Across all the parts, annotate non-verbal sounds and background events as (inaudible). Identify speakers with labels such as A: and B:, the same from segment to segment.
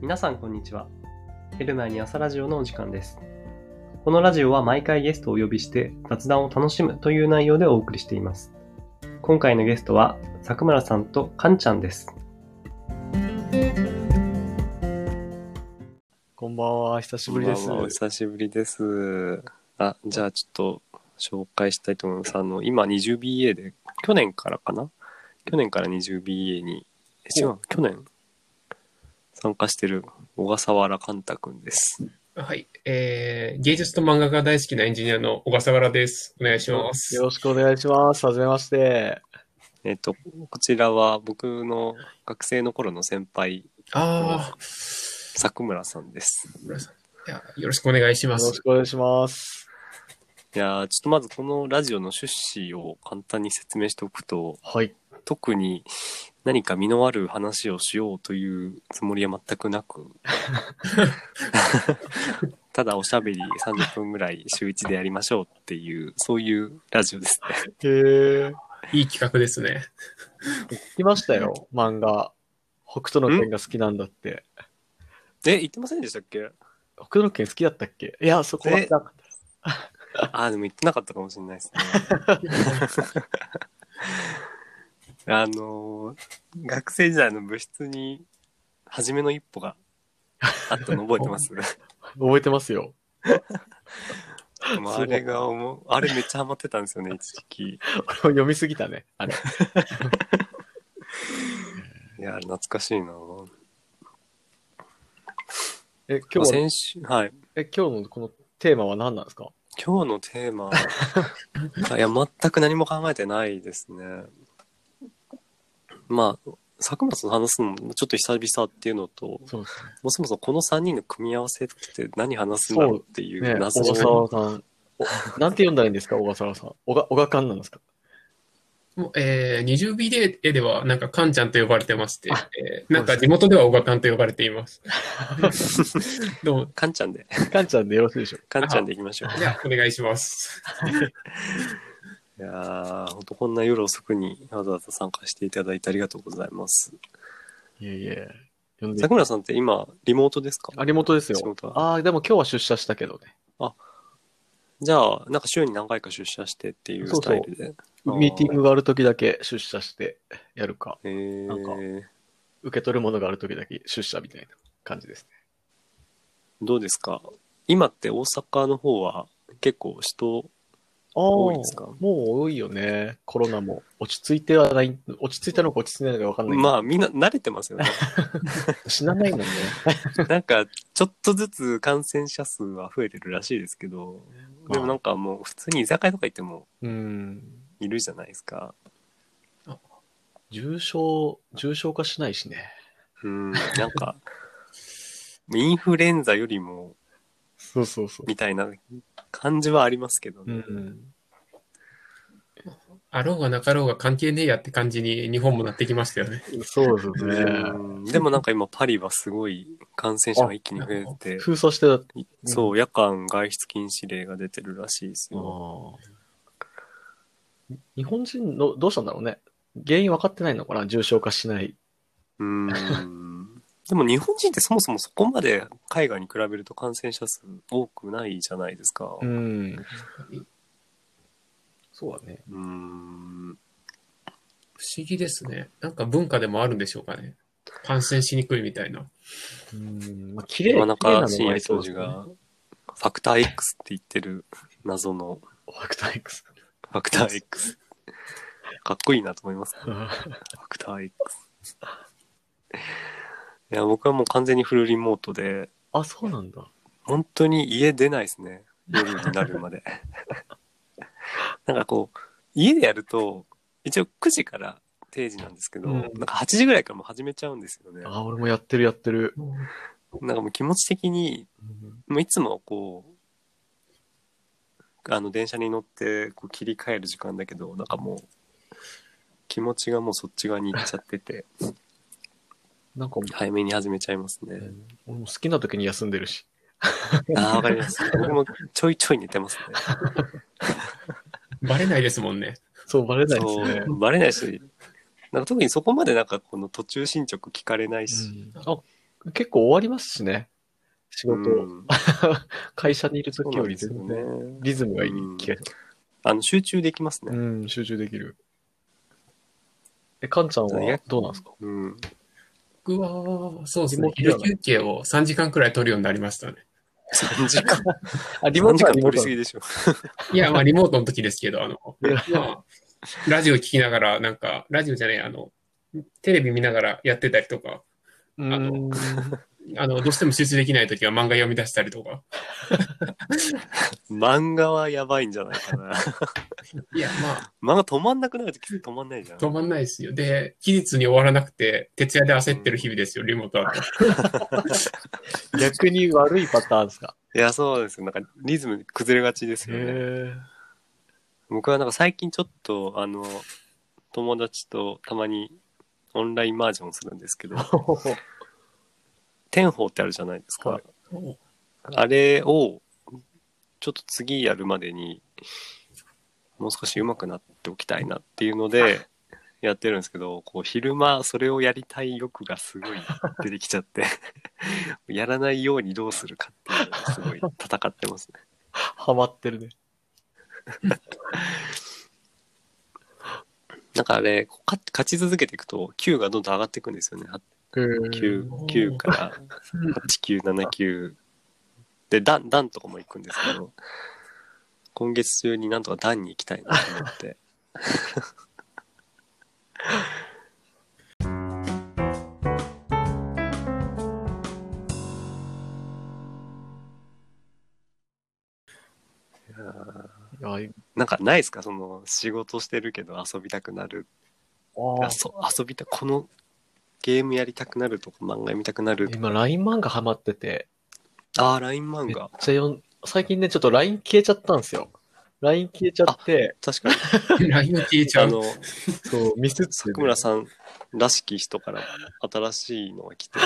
A: 皆さんこんにちは。寝る前に朝ラジオのお時間です。このラジオは毎回ゲストをお呼びして雑談を楽しむという内容でお送りしています。今回のゲストは佐久村さんとかんちゃんです。
B: こんばんは、久しぶりで
C: こ
B: す。
C: んばんはお久しぶりです。あ、じゃあちょっと紹介したいと思います。あの、今 20BA で、去年からかな去年から 20BA に、え違う、去年参加してる小笠原寛太くんです。
D: はい。えー、芸術と漫画が大好きなエンジニアの小笠原です。お願いします。
B: よろしくお願いします。はじめまして。
C: えっと、こちらは僕の学生の頃の先輩、
D: ああ、
C: 佐久村さんです。
D: 村さん。いや、よろしくお願いし
B: よ
D: ま
B: ろ
D: す
B: し。くお願いします。
C: いやーちょっとまずこのラジオの趣旨を簡単に説明しておくと、
B: はい。
C: 特に何か身のある話をしようというつもりは全くなくただおしゃべり30分ぐらい週1でやりましょうっていうそういうラジオですね
B: へえ。
D: いい企画ですね。
B: 聞きましたよ、漫画。北斗の拳が好きなんだって。
C: え言ってませんでしたっけ
B: 北斗の拳好きだったっけいや、そこは
C: え
B: なんか
C: ああでも言ってなかったかもしれないですねあのー学生時代の部室に初めの一歩があったの覚えてます
B: 覚えてますよ。 (laughs)
C: まああれが思うあれめっちゃハマってたんですよね一時期
B: 俺も読みすぎたね。あれ。
C: いや、懐かしいな。今
B: え、今
C: 日
B: 日は、
C: 先週、はい。
B: え、今日のこのテーマは何なんですか
C: 今日のテーマはいや、全く何も考えてないですね。まあ、佐久間さんと話すのもちょっと久々っていうのと、
B: そうですね。
C: もうそもそもこの3人の組み合わせって何話すんだろうってい
B: ね
C: う
B: 小
C: 謎
B: 笠
C: の、
B: 原さん。おなんて読んだらいいんですか小笠原さん。小が、小がかんなんですか
D: もうえー、20B ででは、なんか、カンちゃんと呼ばれてまして、
B: あ
D: えーなんか、地元では小賀カンと呼ばれて
B: (laughs)
D: います。どうも。
C: かんちゃんで、
B: かんちゃんでよろしいでしょう
C: かんちゃんでいきましょ
D: じゃあ、お願いします。
B: (laughs)
C: う。いやー、ほんとこんな夜遅くにわざわざ参加していただいてありがとうございます。
B: いえいえ。読んで
C: 佐久間さんって今、リモートですか
B: 有本です
C: 仕
B: よ。
C: 事は
B: ああ、でも今日は出社したけどね。
C: じゃあ、なんか週に何回か出社してっていうスタイルで。あー
B: ミーティングがあるときだけ出社してやるか、
C: えー、
B: なんか受け取るものがあるときだけ出社みたいな感じですね。
C: どうですか今って大阪の方は結構人、
B: ああ、
C: 多いですか
B: もう多いよね。コロナも。落ち着いてはない、落ち着いたのか落ち着いてないのかわかんないけど、
C: まあみんな慣れてますよね。
B: 死なないもんね。
C: (laughs) なんかちょっとずつ感染者数は増えてるらしいですけど、でもなんかもう普通に居酒屋とか行っても
B: (laughs) うん。
C: いるじゃないですか。
B: 重症、重症化しないしね。
C: うん、なんか、インフルエンザよりも
B: そうそうそう。
C: みたいな感じはありますけど
B: う
C: ね。
B: ん。
D: あろうがなかろうが関係ねえやって感じに日本もなってきましたよね。
B: そうですね。
C: うんでもなんか今パリはすごい感染者が一気に増えてて、
B: 封鎖してた。あ
C: そう、夜間外出禁止令が出てるらしいですよ。
B: あ。日本人の、どうしたんだろうね。原因分かってないのかな重症化しない。
C: うーんでも日本人ってそもそもそこまで海外に比べると感染者数多くないじゃないですか。
B: ん。そうだね。
C: うーん。
D: 不思議ですね。なんか文化でもあるんでしょうかね。感染しにくいみたいな。
B: うん。まあ、綺麗
C: 山
B: 綺麗
C: 中
B: なの
C: 伸
B: が
C: 也
B: いそ
C: 教
B: うです
C: 授
B: ね
C: がファクター X って言ってる謎の
B: ファクター X。
C: ファクター X。かっこいいなと思います。フ
B: あ
C: ァクター X。いや、僕はもう完全にフルリモートで、
B: (laughs) あ、そうなんだ。
C: 本当に家出ないですね。夜になるまで。 (laughs) なんかこう、家でやると、一応9時から定時なんですけど、
B: うん
C: なんか8時ぐらいからもう始めちゃうんですよね。
B: あ、俺もやってるやってる。
C: なんかもう気持ち的に、もういつもこう、あの電車に乗ってこう切り替える時間だけど、なんかもう、気持ちがもうそっち側に行っちゃってて、
B: なんか、
C: 早めに始めちゃいますね。
B: 俺も好きな時に休んでるし。
C: ああ、わかります。僕もちょいちょい寝てますね。
D: バレないですもんね。
B: そう、バレないです
C: そ
B: ね。
C: う、バレないし、なんか特にそこまでなんかこの途中進捗聞かれないし、
B: うんあ、結構終わりますしね。仕事、
C: うん
B: 会社にいる
C: そう
B: 時
C: な
B: よ
C: ん
B: り
C: です
B: 全
C: よ
B: 然、
C: ね。
B: リズムがいい気がし
C: あの集中できます
B: ます。
C: ね。
B: うん、集中できる。え、かんちゃんはどうなんですか
C: うん。
D: 僕は、そうですね
B: リモ。ートでは
D: 昼
B: ない
D: 休憩を3時間くらい取るようになりましたね。
C: 3時 (laughs) 間。
B: あ、リ
C: 3時間取り
B: ト
C: すぎでしょ。
D: いや、まあ、リモートの時ですけど、あの、まあ、ラジオ聞きながら、なんか、ラジオじゃない、あの、テレビ見ながらやってたりとか、
B: なのうーん
D: あの、どうしても集中できない時は漫画読み出したりとか。
C: 漫画はやばいんじゃないかな。
D: いや、まあ、
C: 漫画止まんなくなるとき止まんないじゃん。
D: 止まんないですよ。で、期日に終わらなくて、徹夜で焦ってる日々ですよ、リモートは。
B: 逆に悪いパターンですか
C: いや、そうですよ。なんかリズム崩れがちですよね。
B: へ
C: 僕はなんか最近ちょっと、あの、友達とたまにオンラインマージョンするんですけど、
B: ー
C: 天宝ってあるじゃないですか。
B: はい
C: あれを、ちょっと次やるまでに、もう少し上手くなっておきたいなっていうので、やってるんですけど、こう、昼間、それをやりたい欲がすごい出てきちゃって、 (laughs) やらないようにどうするかっていうのがすごい戦ってますね。
B: (laughs) ハマってるね。
C: なんかあれ、こう勝勝ち続けていくと、9がどんどん上がっていくんですよね。
B: へ
C: 9、9から8、9、7、9。で、段、段とかも行くんですけど、今月中になんとか段に行きたいなと思って。
B: ー
C: なんかないですかその、仕事してるけど遊びたくなる。
B: あ
C: あそ遊びた、このゲームやりたくなるとか漫画読みたくなる。
B: 今、LINE 漫画ハマってて、
C: ああ、LINE 漫
B: めっち
C: 画
B: ゃ。読ん、最近ね、ちょっと LINE 消えちゃったんですよ。LINE 消えちゃって、
C: 確かに。
D: LINE 消えちゃ
C: あ
D: う。
C: の、
B: そう、ミスつ、
C: 佐久村さんらしき人から新しいのが来
B: (laughs)
C: て、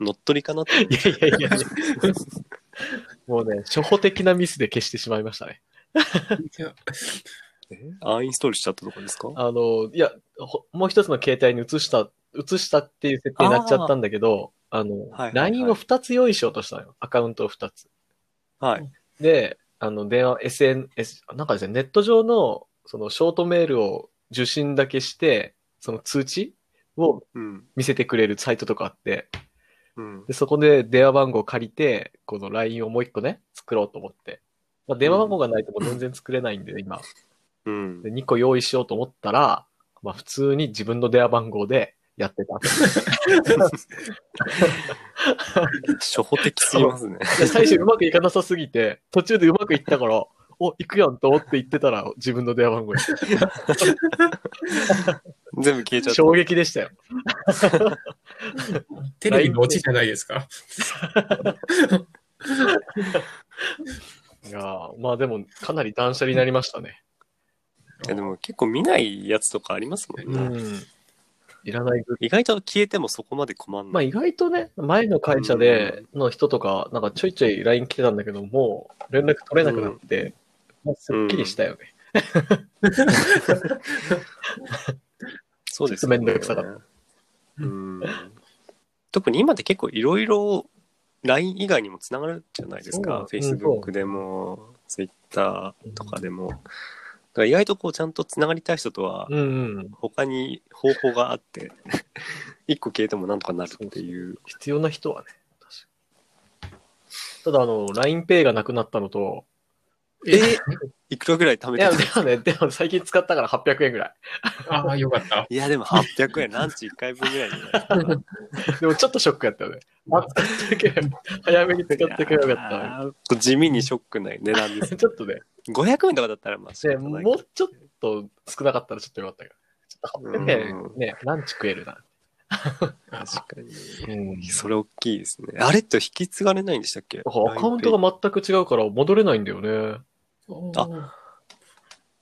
C: 乗っ取りかなって
B: いやいやいやいや。もうね、初歩的なミスで消してしまいましたね。
D: いや
C: アンインストールしちゃったとこですか
B: あの、いや、ほもう一つの携帯に移した、移したっていう設定になっちゃったんだけど、あ
C: は
B: の、
C: いはいはい
B: LINE を2つ用意しようとしたのよ。アカウントを2つ。
C: はい。
B: で、あの、電話、SNS、なんかですね、ネット上の、その、ショートメールを受信だけして、その通知を
C: うん。
B: 見せてくれるサイトとかあって、
C: うん。
B: で、そこで電話番号借りて、この LINE をもう一個ね、作ろうと思って。まあ、電話番号がないともう全然作れないんで、今。
C: うん
B: で、2個用意しようと思ったら、まあ普通に自分の電話番号でやってた。
C: 初歩的すぎますね。
B: で最初うまくいかなさすぎて、途中でうまくいったから、お、行くやんと思って言ってたら自分の電話番号に
C: 全部消えちゃった。
B: 衝撃でしたよ。
D: テレビのオチじゃないですか。
B: いやーまあでもかなり断捨離になりましたね。
C: いやでも結構見ないやつとかありますもん
B: う
C: ね。
B: ん。いらないグッズ
C: 意外と消えてもそこまで困ん
B: ま
C: な
B: あ
C: い。
B: 意外とね、前の会社での人とか、なんかちょいちょい LINE 来てたんだけど、もう連絡取れなくなって、まあすっきりしたよね。
C: そうですよ
B: ちょっと面倒くさか
C: うん。特に今って結構いろいろ LINE 以外にもつながるじゃないですか。
B: そううん
C: Facebook でも、Twitter とかでも。だから意外とこうちゃんとつながりたい人とは、
B: うんうん。
C: 他に方法があって、一個消えてもなんとかなるっていう。
B: 必要な人はね、確かにただあの、LINEPay がなくなったのと、
D: え
C: いくらぐらい貯め
B: い
C: て
B: や、
C: た
B: でもね、でも最近使ったから800円ぐらい。
D: ああ、よかった。
C: いや、でも800円、ランチ1回分ぐらいじゃないですか。
B: でもちょっとショックやったよね。あ、使ってけばよかった早めに使ってけばよかっ
C: った。地味にショックない値段です。
B: た。 (laughs) ちょっとね、
C: 500円とかだったらまあ仕
B: ね
C: 方ないけ
B: も
C: ど、
B: うちょっと少なかったらちょっとよかったけど。ちょっと800
C: う
B: 円ね、ランチ食えるな。
C: 確かに。
B: うん
C: それ大きいですね。あれって引き継がれないんでしたっけ
B: だからアカウントが全く違うから戻れないんだよね。
D: あ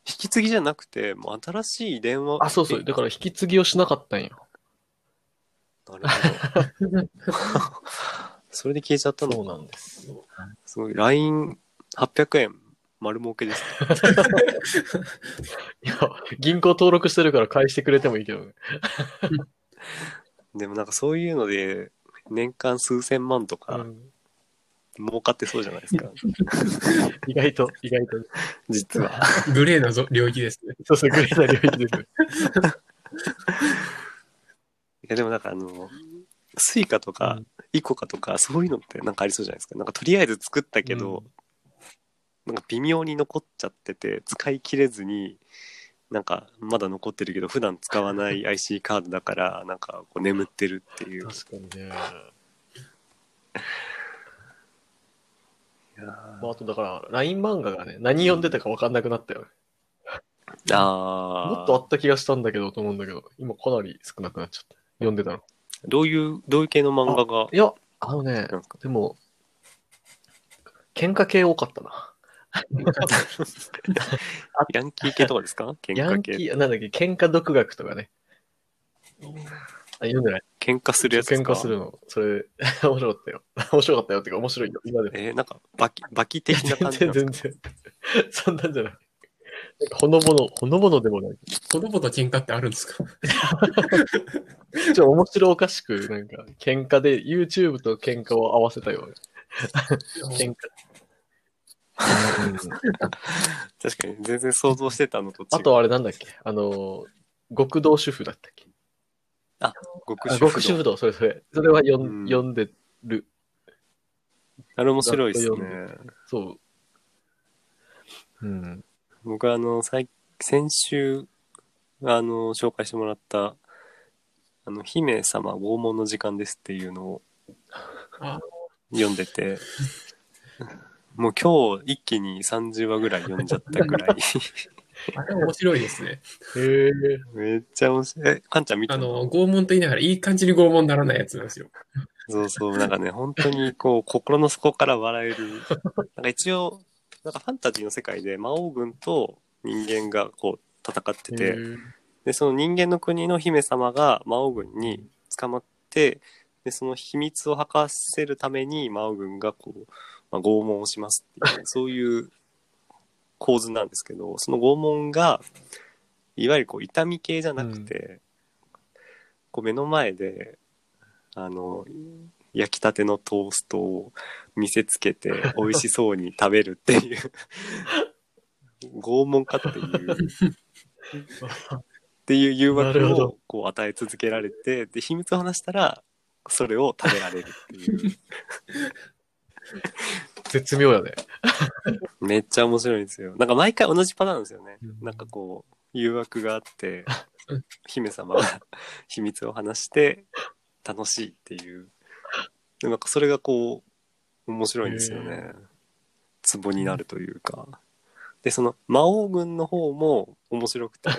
C: 引き継ぎじゃなくて、もう新しい電話。
B: あ、そうそう。だから引き継ぎをしなかったんよ。
C: ら。なるほど。 (laughs) それで消えちゃったの。
B: うなんです。
C: すごい。LINE800 円丸儲けですね。
B: いや、銀行登録してるから返してくれてもいいけどね。
C: でもなんかそういうので、年間数千万と
B: う
C: か
B: ん
C: 儲かってそうじゃないです
B: (laughs)
C: か、
B: 意外と、意外と。
C: 実は。
D: グレーなぞ領域ですね。
B: そうそう、グレーな領域です。
C: いやでもなんかあの、スイカと
B: う
C: か、イコカとか、そういうのってなんかありそうじゃないですか。なんかとりあえず作ったけど、なんか微妙に残っちゃってて、使い切れずに、なんかまだ残ってるけど、普段使わない
B: (laughs)
C: IC カードだから、なんかこう眠ってるっていう。
B: 確かにね。
C: いやー
B: まあ、あとだから、LINE 漫画がね、何読んでたか分かんなくなったよね。
C: あー
B: もっとあった気がしたんだけど、と思うんだけど、今かなり少なくなっちゃった。読んでたの。
C: どういう、どういう系の漫画が、
B: いや、あのね、
C: なんか、
B: でも、喧嘩系多かったな。
C: (laughs) ヤンキー系とかですか喧
B: ヤ
C: 嘩
B: ンキ
C: 系。
B: ー、なんだっけ、喧嘩独学とかね。あ読んでない。
C: 喧嘩するやつです
B: 喧
C: か
B: 嘩するの。それ、 (laughs) 面白かったよ。面白かったよっていうか、面白いよ。今でも。
C: えーなんか、バキ、バキ的な感じな
B: 全然、
C: んです
B: 全
C: か
B: 然。 (laughs) そんなんじゃない。なんかほのぼの、ほのぼのでもない。
D: 子供と喧嘩ってあるんですか
B: ちょっと面白おかしく、なんか、喧嘩で、YouTube と喧嘩を合わせたような。喧
C: (laughs)
B: 嘩。
C: 確かに、全然想像してたのと違う。
B: あとあれなんだっけあの、極道主婦だったっけ
C: 極
B: あ
C: 主
B: 極
C: 婦
B: 主
C: の
B: 婦道、それそれ。それは読ん,、
C: うん
B: 読んでる。
C: あれ面白いです
B: ざっと
C: ね。
B: そう。うん。
C: 僕あの、最先週、あの、紹介してもらった、あの、姫様拷問の時間ですっていうのを
D: あ
C: 読んでて、もう今日一気に30話ぐらい読んじゃったぐらい。
D: あれ面白いですね。
B: へえ。
C: (laughs) めっちゃ面白い。え、かんちゃん見
D: あ
C: た
D: の、拷問と言いながらいい感じに拷問にならないやつなんですよ。
C: そうそう、なんかね、本当にこう、心の底から笑える。なんか一応、なんかファンタジーの世界で魔王軍と人間がこう、戦ってて、で、その人間の国の姫様が魔王軍に捕まって、で、その秘密を吐かせるために魔王軍がこう、まあ、拷問をしますっていう、そういう構図なんですけど、その拷問が、いわゆるこう、痛み系じゃなくて、こう、目の前で、あの、焼きたてのトーストを見せつけ
B: (laughs)
C: て、美味しそうに食べるっていう、拷問かっていう。っていう誘
B: なる
C: 惑
B: ほ
C: を
B: ど
C: こう与え続けられてで秘密を話したらそれを食べられるっていう
B: 絶妙やね。
C: めっちゃ面白いんですよなんか毎回同じパターンですよね
B: うん
C: なんかこう誘惑があって姫様が秘密を話して楽しいっていうでなんかそれがこう面白いんですよねツボになるというかでその魔王軍の方も面白
B: (laughs)
C: くて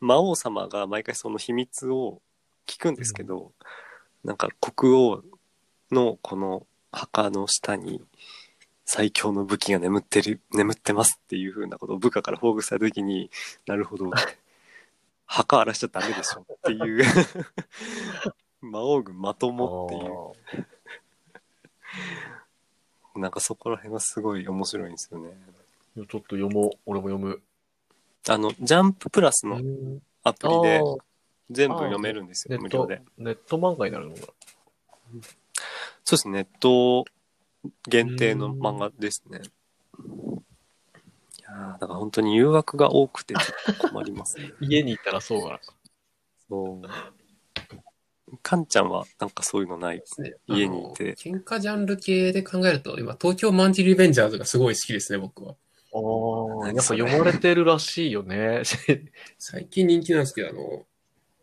C: 魔王様が毎回その秘密を聞くんですけど、なんか国王のこの墓の下に最強の武器が眠ってる眠ってますっていう風なことを部下から報告された時になるほど墓荒らしちゃダメでしょっていう (laughs) 魔王軍まともっていうなんかそこら辺がすごい面白いんですよね。
B: いやちょっと読もう。俺も読む。
C: あの、ジャンププラスのアプリで
B: あー
C: 全部読めるんです
B: ネ
C: よ、
B: ッ
C: 無
B: ト
C: 料で。、
B: ネット漫画になるのか
C: そうですね、ネット限定の漫画ですね。いやーだから本当に誘惑が多くてちょっと困りますね。
B: な家に行ったらそうかな。
C: そう。かんちゃんはなんかそういうのない。家にいて
D: あの喧嘩ジャンル系で考えると、今、東京マンジリベンジャーズがすごい好きですね、僕は。
B: ああ、やっ
C: 何
B: ぱ
C: それ
B: 読まれてるらしい
C: (laughs)
B: よね。
D: 最近人気なんですけど、あの、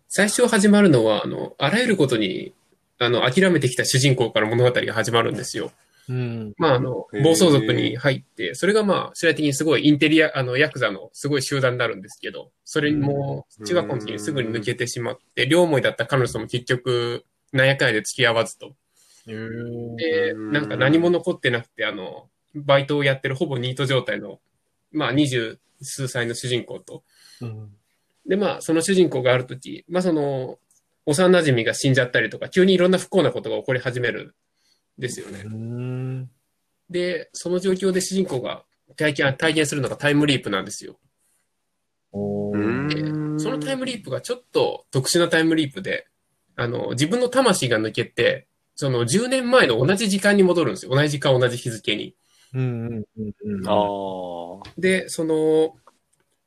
D: 最初始まるのは、あの、あらゆることに、あの、諦めてきた主人公から物語が始まるんですよ。
B: うん。
D: まあ、あの
C: へー、
D: 暴走族に入って、それがまあ、将来的にすごいインテリア、あの、ヤクザのすごい集団になるんですけど、それにも
C: うん
D: 中学校の時にすぐに抜けてしまって、両思いだった彼女とも結局、なんやかんやで付き合わずと。で、
C: うん
D: なんか何も残ってなくて、あの、バイトをやってるほぼニート状態の、まあ、二十数歳の主人公と、で、まあ、その主人公があるとき、まあ、その、幼馴染が死んじゃったりとか、急にいろんな不幸なことが起こり始めるんですよね。
B: うん。
D: で、その状況で主人公が体験、体験するのがタイムリープなんですよ。
B: お
C: う
B: ー
C: ーん
D: そのタイムリープがちょっと特殊なタイムリープで、あの、自分の魂が抜けて、その10年前の同じ時間に戻るんですよ。同じ時間、同じ日付に。
B: うんうんうんうん。
C: ああ。
D: で、その、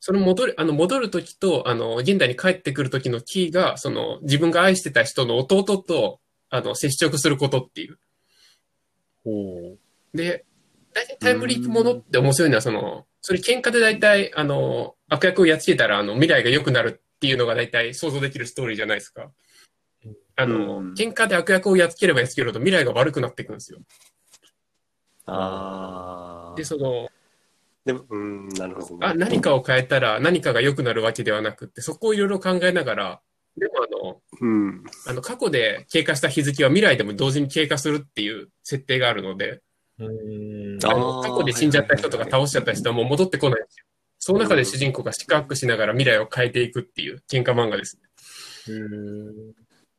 D: その戻る、あの、戻るときと、あの、現代に帰ってくるときのキーが、その、自分が愛してた人の弟と、あの、接触することっていう。
B: ほう。
D: で、大体タイムリープものって面白いのは、その、それ喧嘩で大体、あの、悪役をやっつけたら、あの、未来が良くなるっていうのが大体想像できるストーリーじゃないですか。あの、
C: うん
D: 喧嘩で悪役をやっつければやっつけるほど未来が悪くなっていくんですよ。
C: ああ。
D: で、その、
C: でも、うん、なるほどね。
D: あ何かを変えたら何かが良くなるわけではなくって、そこをいろいろ考えながら、でもあの、
C: うん。
D: あの過去で経過した日付は未来でも同時に経過するっていう設定があるので、
B: うん。
D: あ
C: あ
D: の
C: ー
D: 過去で死んじゃった人とか
C: はいは
D: 倒しちゃった人はもう戻ってこないんですよ。その中で主人公が四苦八苦しながら未来を変えていくっていう喧嘩漫画ですね。
B: うん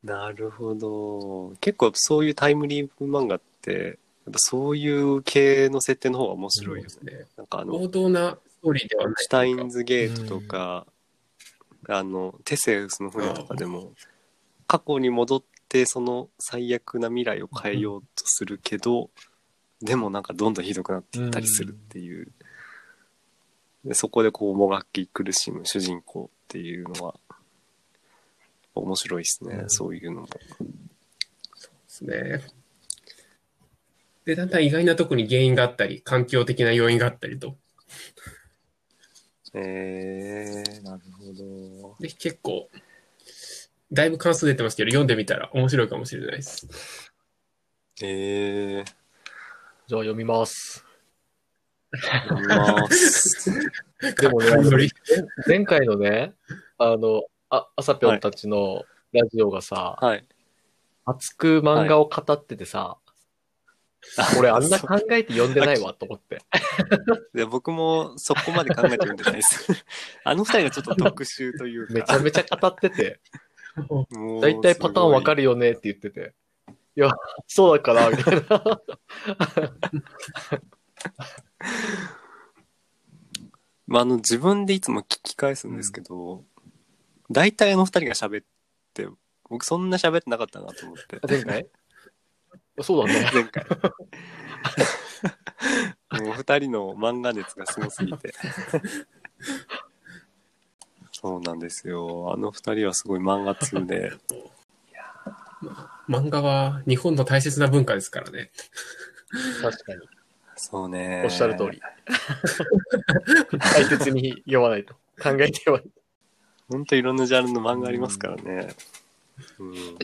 C: なるほど。結構そういうタイムリープ漫画って、やっぱそういう系の設定の方が面白いよね。
D: ね。
C: なんかあの、
D: 王道なストーリーではない。
C: シュタインズゲートとか、あの、テセウスの船とかでも、過去に戻ってその最悪な未来を変えようとするけど、でもなんかどんどんひどくなっていったりするっていう。でそこでこうもがき苦しむ主人公っていうのは、面白いですね、
B: うん
C: そういうのも。
D: ですね。で、だんだん意外なとこに原因があったり、環境的な要因があったりと。
C: えー、なるほ
D: で、結構、だいぶ関数出てますけど、読んでみたら面白いかもしれないです。
C: ど。えー、
B: じゃあ読み (laughs) ます。
C: 読みます。 (laughs)
B: でもね
D: かっこいい
B: 前回のね、あの、あ、あさぴょんたちのラジオがさ、
C: はい。
B: 熱く漫画を語っててさ、俺あんな考えて読んで (laughs) ないわと思って。
C: で僕もそこまで考えて読んでないです。
B: (laughs)
C: あの二人がちょっと特殊というか。
B: めちゃめちゃ語って (laughs) て、
C: もう
B: だいたいパターンわか
C: る。
B: るよねって言ってて。いや、そうだから、みたいな。
C: まあ、あの自分でいつも聞き返すんですけど、だいたいあの二人が喋って、僕そんな喋ってなかったなと思って。
B: (laughs) 前回そうだね。
C: 前
B: (laughs)
C: 回。もう二人の漫画熱がすごすぎ
B: (laughs)
C: て。そうなんですよ。あの二人はすごい漫画通で。
D: 漫画は日本の大切な文化ですからね。
B: 確かに。
C: そうね。
B: おっしゃる通り。 (laughs) 大切に読まないと。考えて読まない
C: ほんといろんなジャンルの漫画ありますからね。うん。